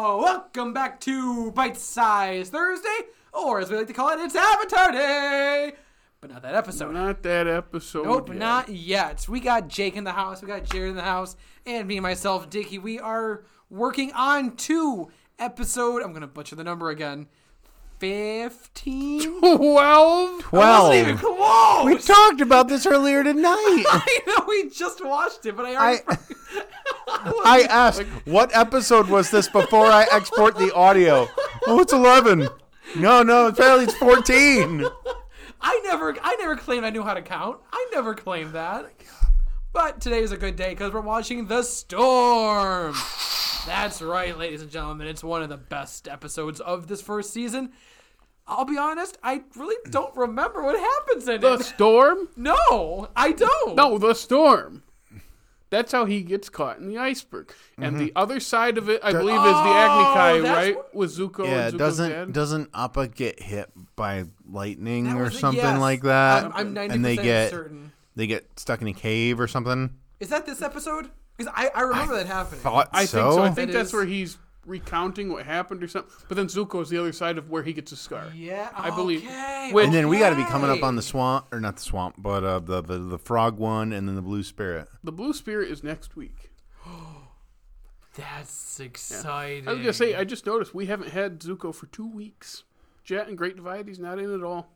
welcome back to Bite Size Thursday, or as we like to call it, it's Avatar Day! But not that episode. Not that episode. Nope, yet. not yet. We got Jake in the house. We got Jared in the house, and me and myself, Dickie. We are working on two episode. I'm gonna butcher the number again. Fifteen. twelve. Wasn't even Twelve. close. We talked about this earlier tonight. I know we just watched it, but I already. I I asked what episode was this before I export the audio. Oh, it's eleven. No, no, apparently it's fourteen. I never, I never claimed I knew how to count. I never claimed that. But today is a good day because we're watching The Storm. That's right, ladies and gentlemen. It's one of the best episodes of this first season. I'll be honest, I really don't remember what happens in The it. storm. No, I don't. No, the storm. That's how he gets caught in the iceberg. And Mm-hmm. the other side of it, I believe, is the Agni Kai, Oh, that's right? what- With Zuko Yeah, and Zuko's doesn't dad. doesn't Appa get hit by lightning That or was it, something yes. like that? I'm, I'm 90% and they get certain. they get stuck in a cave or something. Is that this episode? Because I, I remember that happening. Thought I so. think so. I think It that's is. where he's recounting what happened or something. But then Zuko's the other side of where he gets a scar. yeah, I believe- okay, Wait. and then we got to be coming up okay. on the swamp, or not the swamp, but uh, the, the the frog one, and then the blue spirit. The blue spirit is next week. That's exciting. I was gonna say, I just noticed we haven't had Zuko for two weeks. Jet and Great Divide, he's not in at all.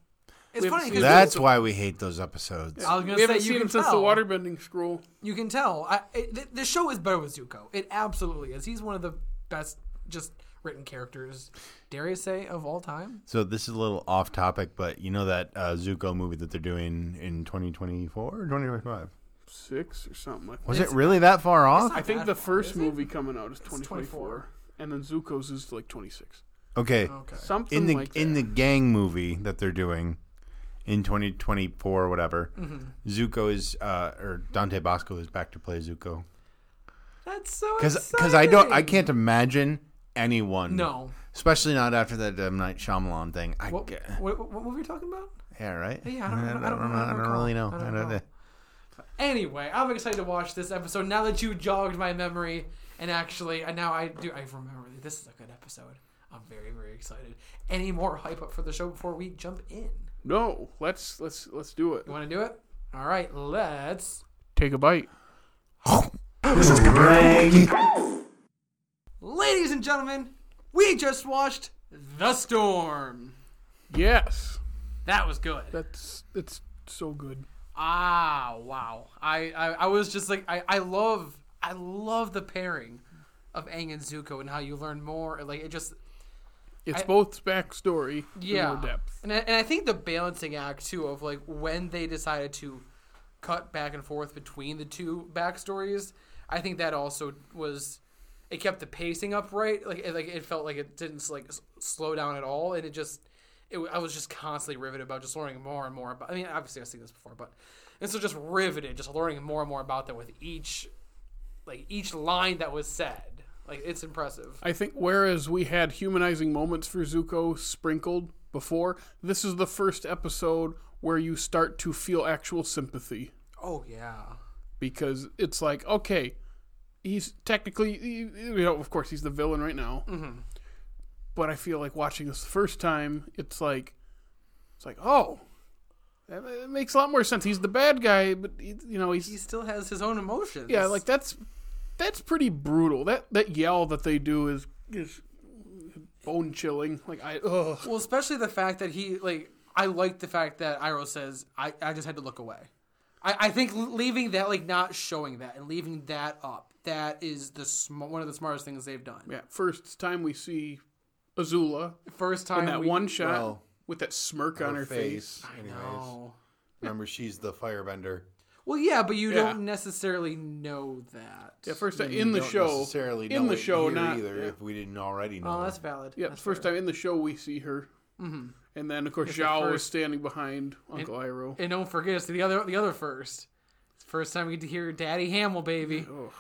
it's we haven't funny seen because that. That's why we hate those episodes. I was gonna we haven't say seen you him can since tell. the waterbending scroll. You can tell. I, it, th- the show is better with Zuko. It absolutely is. He's one of the best, just written characters, dare I say, of all time. So this is a little off topic, but you know that uh, Zuko movie that they're doing in 2024 or 2025? Six or something like that. Was it really that far off? I think Bad the for- first is it? movie coming out is 24. 2024, and then Zuko's is like 26. Okay. Okay. Something In the like that. in the gang movie that they're doing in 2024 or whatever, Mm-hmm. Zuko is uh, or Dante Bosco is back to play Zuko. That's so Because exciting. I don't I can't imagine anyone. No. Especially not after that M Night Shyamalan thing. I What, get- what, what, were we talking about? yeah right. Yeah, I don't- I don't- I don't- I don't I don't recall. really know. I don't I don't know. know. Anyway, I'm excited to watch this episode now that you jogged my memory. And actually, and now I do. I remember that this is a good episode. I'm very, very excited. Any more hype up for the show before we jump in? no, let's let's let's do it. You want to do it? All right, let's Take a bite. Ladies and gentlemen, we just watched The Storm. Yes, That was good. that's that's so good. Ah, wow. I, I, I was just like I, I love I love the pairing of Aang and Zuko and how you learn more. Like it just It's both backstory, yeah. and more depth. And I, and I think the balancing act too of like when they decided to cut back and forth between the two backstories. I think that also was it kept the pacing upright. Like it, like it felt like it didn't like s- slow down at all, and it just it, w- I was just constantly riveted about just learning more and more about. I mean, obviously I've seen this before, but and so just riveted, just learning more and more about them with each like each line that was said. Like it's impressive. I think whereas we had humanizing moments for Zuko sprinkled before, this is the first episode where you start to feel actual sympathy Oh yeah. because it's like okay he's technically you know of course he's the villain right now mm-hmm. but i feel like watching this the first time it's like it's like oh that ma- it makes a lot more sense he's the bad guy but he, you know he's, He still has his own emotions. yeah like that's that's pretty brutal that that yell that they do is is bone chilling like i ugh. Well, especially the fact that he like I like the fact that Iroh says I, I just had to look away. I, I think l- leaving that like not showing that and leaving that up that is the sm- one of the smartest things they've done. yeah first time we see azula First time in that we- one shot Well, with that smirk on her face. No. Remember, she's the firebender. Well, yeah, but you Yeah. don't necessarily know that. Yeah, first time in the show. in the show, not yeah. if we didn't already know. Oh, that's valid. Yeah, That's first fair. time in the show we see her, mm-hmm. and then of course the Zhao is first- standing behind Uncle Iroh. And don't forget it's the other the other first. It's the First time we get to hear Daddy Hamill, baby. Ugh.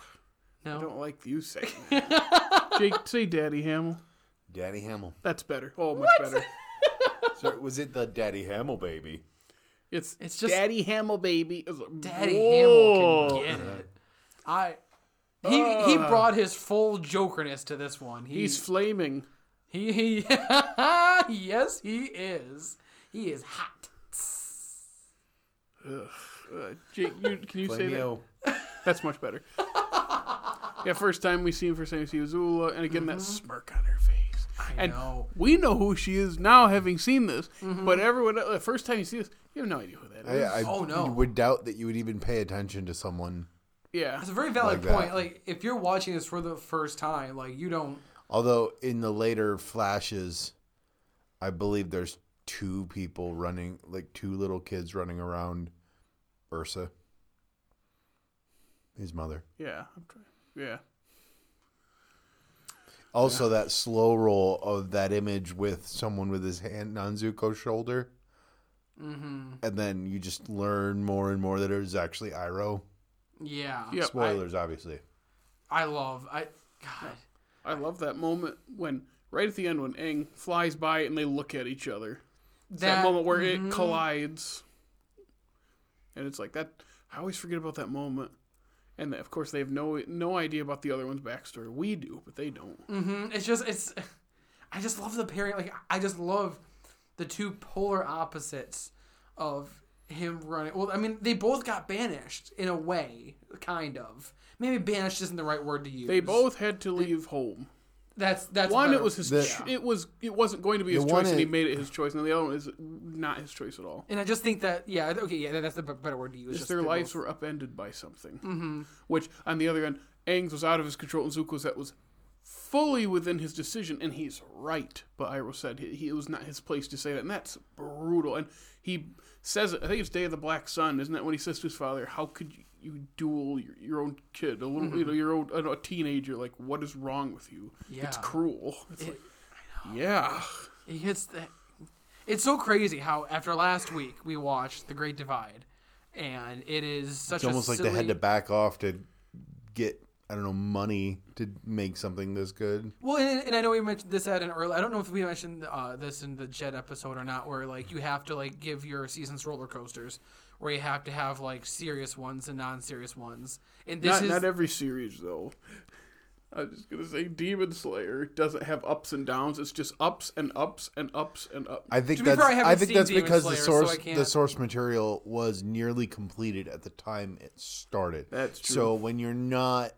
I No, don't like you saying that. Jake, say Daddy Hamill. Daddy Hamill. That's better. Oh, much better. So, was it the Daddy Hamill baby? It's It's just- Daddy Hamill, baby. It's like, Daddy Hamill whoa. can get it. I. He, he brought his full jokerness to this one. He, Uh. He's flaming. He, he yes, he is. He is hot. Uh, Jake, you, can you say Blame that? you. That's much better. yeah, first time we see him for Sammy Azula, and again that Mm-hmm. smirk on her face. and know. we know who she is now, having seen this. But everyone, the first time you see this, you have no idea who that is. I, I Oh, no. would doubt that you would even pay attention to someone. yeah, That's a very valid Like that. point. Like if you're watching this for the first time, like you don't. Although in the later flashes, I believe there's two people running, like two little kids running around Ursa, his mother. yeah, I'm trying. Yeah, Also, that slow roll of that image with someone with his hand on Zuko's shoulder. Mm-hmm. And then you just learn more and more that it was actually Iroh. Yeah. Yep. Spoilers, obviously. I love. I God. I love that moment when right at the end when Aang flies by and they look at each other. It's that, That- moment where it collides, and it's like that. I always forget about that moment. And of course, they have no no idea about the other one's backstory. We do, but they don't. Mm, It's just it's. I just love the pairing. Like I just love the two polar opposites of him running. Well, I mean, they both got banished in a way, kind of. Maybe banished isn't the right word to use. They both had to leave home. That's that's One, better. it was his. The- cho- it was. It wasn't going to be his one choice, and he is- made it his choice. And the other one is not his choice at all. And I just think that yeah okay yeah that's the b- better word to use. Just Just their they're lives both- Mm-hmm. were upended by something. Which, on the other end, Aang's was out of his control, and Zuko's that was fully within his decision, and he's right. But Iroh said he, he, it was not his place to say that, and that's brutal. And he says it. I think it's Day of the Black Sun, isn't that when he says to his father, "How could you?" You duel your, your own kid, a little, Mm-hmm. you know, your own a, a teenager. Like, what is wrong with you? It's Yeah. cruel. It's like, yeah, He hits the. It's so crazy how after last week we watched The Great Divide, and it is such It's almost a like they had silly- to back off to get, I don't know, money to make something this good. Well, and, and I know we mentioned this at an early. I don't know if we mentioned uh, this in the Jet episode or not, where like you have to like give your seasons roller coasters, where you have to have like serious ones and non-serious ones. And this not is not every series though. I was just gonna say, Demon Slayer doesn't have ups and downs. It's just ups and ups and ups and ups. I think To be fair, that's I I, haven't think seen that's Demon because the Slayer, so I source the can't- source material was nearly completed at the time it started. That's true. So when you're not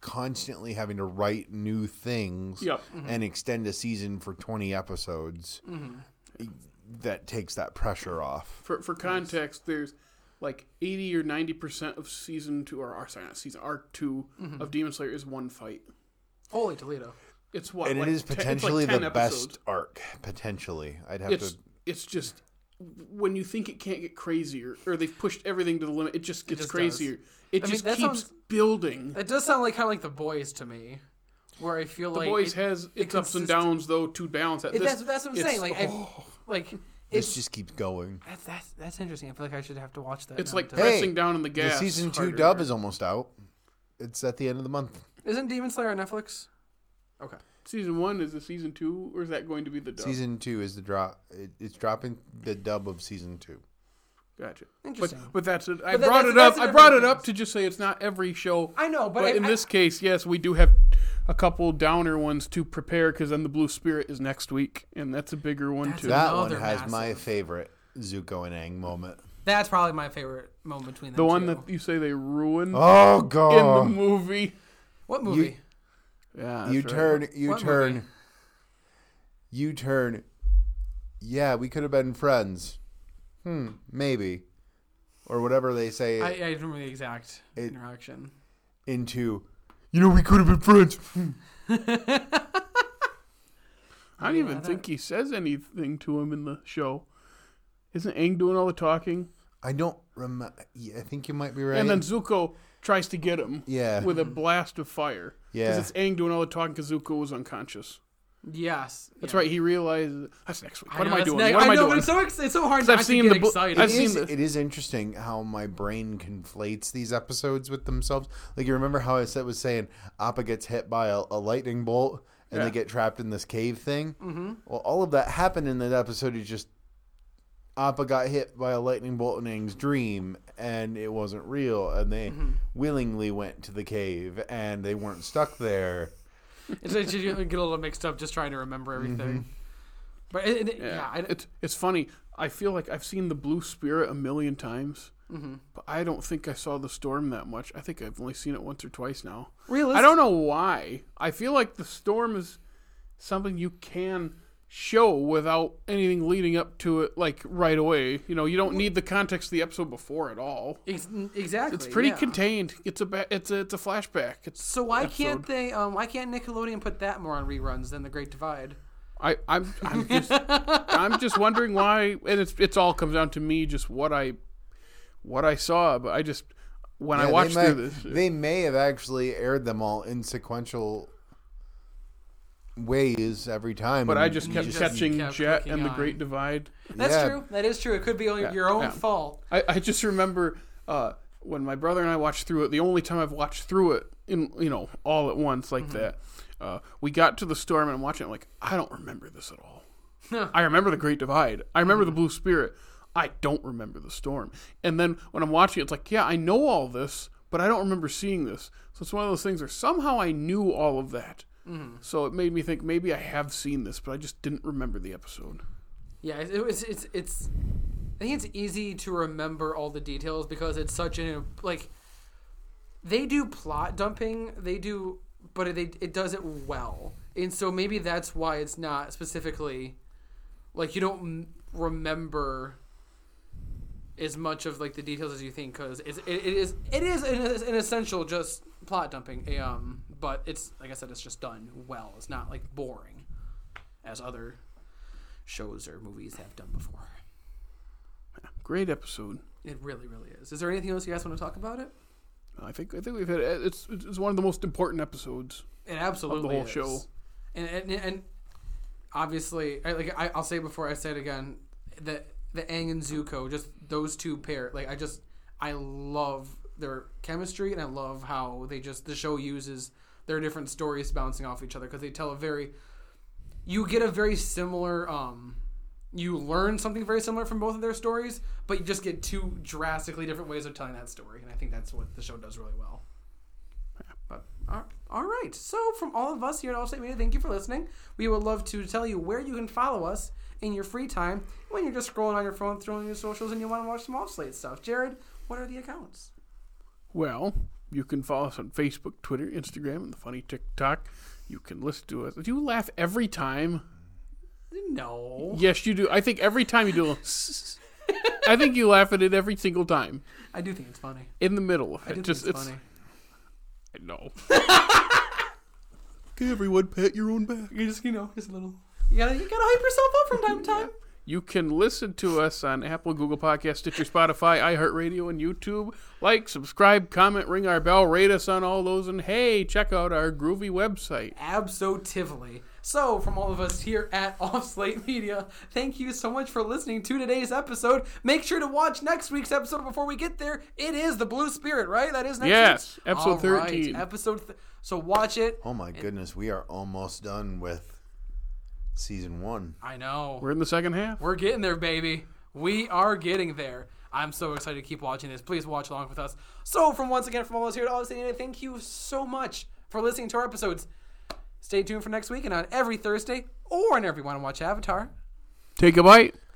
constantly having to write new things Yep. Mm-hmm. and extend a season for 20 episodes, Mm-hmm. that takes that pressure off. For for context, there's like eighty or ninety percent of season two or, or sorry, not season arc 2 Mm-hmm. of Demon Slayer is one fight. holy Toledo. It's what And like it is te- it's like potentially 10 the episodes. best arc. Potentially, I'd have It's to. it's just when you think it can't get crazier, or they've pushed everything to the limit, it just gets just crazier. It I mean, just that keeps sounds- building. That does sound like kind of like the boys to me, where I feel like the boys it- has it its ups and consist- downs though to balance that. it- This- that's that's what I'm it's- oh. saying. Like I, like This it's just keeps going. that's that's that's interesting. I feel like I should have to watch that. It's now like to- pressing Hey, down on the The gas. season two harder. dub is almost out. It's at the end of the month. isn't Demon Slayer on Netflix? Okay. Season one is the season two, or is that going to be the dub? Season two is the drop. It, it's dropping the dub of season two. Gotcha. Interesting. But, but that's it. I But that- brought that's- it up. that's I in brought it everything up else. to just say it's not every show. I know, but I- in I- this case, yes, we do have a couple downer ones to prepare because then the Blue Spirit is next week, and that's a bigger one That's too. a- That one Another has my massive. favorite Zuko and Aang moment. That's probably my favorite moment between them the one two. that you say they ruin Oh in the god! movie. what movie? Yeah, you turn. You What turn. movie? You turn. Yeah, we could have been friends. Hmm, maybe, or whatever they say I, I don't remember the exact It- interaction. into. You know, we could have been friends. I don't even Yeah, that- think he says anything to him in the show. Isn't Aang doing all the talking? I don't remember. I think you might be right. And then Zuko tries to get him. yeah, with a blast of fire. Yeah. it's Aang doing all the talking because Zuko was unconscious. Yes, That's yeah. right. He realizes that's next week. I What know, am I that's doing? neg- what am I, know, but doing? it's so ex- it's so hard 'Cause not I've to seen get the bo- excited. I've It seen is- the- it is interesting how my brain conflates these episodes with themselves. Like you remember how I said was saying Appa gets hit by a, a lightning bolt and Yeah. they get trapped in this cave thing. Mm-hmm. Well, all of that happened in that episode. It's just Appa got hit by a lightning bolt in Aang's dream, and it wasn't Mm-hmm. real. And they willingly went to the cave, and they weren't stuck there. It's, it's, you get a little mixed up just trying to remember Mm-hmm. everything. But it, it- yeah, I, it's it's funny. I feel like I've seen the Blue Spirit a million times, Mm-hmm. but I don't think I saw the storm that much. I think I've only seen it once or twice now. realistic. I don't know why. I feel like the storm is something you can show without anything leading up to it, like right away. You know, you don't need the context of the episode before at all. Ex- exactly. It's pretty yeah. contained. It's a ba- it's a it's a flashback. It's So why episode. can't they? Um, why can't Nickelodeon put that more on reruns than The Great Divide? I I'm I'm just I'm just wondering why, and it's it's all comes down to me just what I what I saw, but I just when Yeah, I they watched may- through this, They may have actually aired them all in sequential ways every time. but I and just you kept Mm-hmm. just catching kept Jet clicking and the on. Great Divide. That's Yeah. true. That is true. It could be only your own yeah. fault. I, I just remember uh, when my brother and I watched through it. The only time I've watched through it in you know all at once like that. Uh, we got to the storm and I'm watching. it, I'm like, I don't remember this at all. I remember the Great Divide. I remember the Blue Spirit. I don't remember the storm. And then when I'm watching, it, it's like, yeah, I know all this, but I don't remember seeing this. So it's one of those things where somehow I knew all of that. So it made me think maybe I have seen this, but I just didn't remember the episode. Yeah, it, it's it's it's. I think it's easy to remember all the details because it's such an like. They do plot dumping. They do, but they it does it well, and so maybe that's why it's not specifically, like you don't m- remember as much of like the details as you think because it, it is it is an, an essential just plot dumping. a, Um, but it's like I said, it's just done well. It's not like boring as other shows or movies have done before. Great episode. It really, really is. Is there anything else you guys want to talk about it? I think I think we've had uh, it's it's one of the most important episodes. It absolutely whole is. show. And and, and obviously, I, like I, I'll say before I say it again, the the Aang and Zuko, just those two pair. Like I just I love their chemistry, and I love how they just the show uses their different stories bouncing off each other because they tell a very you get a very similar um you learn something very similar from both of their stories but you just get two drastically different ways of telling that story and i think that's what the show does really well but all- all right so from all of us here at all state media thank you for listening we would love to tell you where you can follow us in your free time when you're just scrolling on your phone through your socials and you want to watch some off slate stuff jared what are the accounts Well, you can follow us on Facebook, Twitter, Instagram, and the funny TikTok. You can listen to us. Do you laugh every time? no Yes, you do. I think every time you do. a little I think you laugh at it every single time. i do think it's funny In the middle of i do it, think just it's, funny I know. okay, everyone, pat your own back. you just you know just a little you gotta you gotta hype yourself up from time to time You can listen to us on Apple, Google Podcasts, Stitcher, Spotify, iHeartRadio, and YouTube. Like, subscribe, comment, ring our bell, rate us on all those, and hey, check out our groovy website. Absolutely. So, from all of us here at Off Slate Media, thank you so much for listening to today's episode. Make sure to watch next week's episode before we get there. It is the Blue Spirit, right? That is next Yes, week's? episode All right, 13. episode. Th- so watch it. Oh my goodness, we are almost done with season one. I know. We're in the second half. We're getting there, baby. We are getting there. I'm so excited to keep watching this. Please watch along with us. So, from once again, from all of us here at All City, United, thank you so much for listening to our episodes. Stay tuned for next week and on every Thursday or whenever you want to watch Avatar. Take a bite.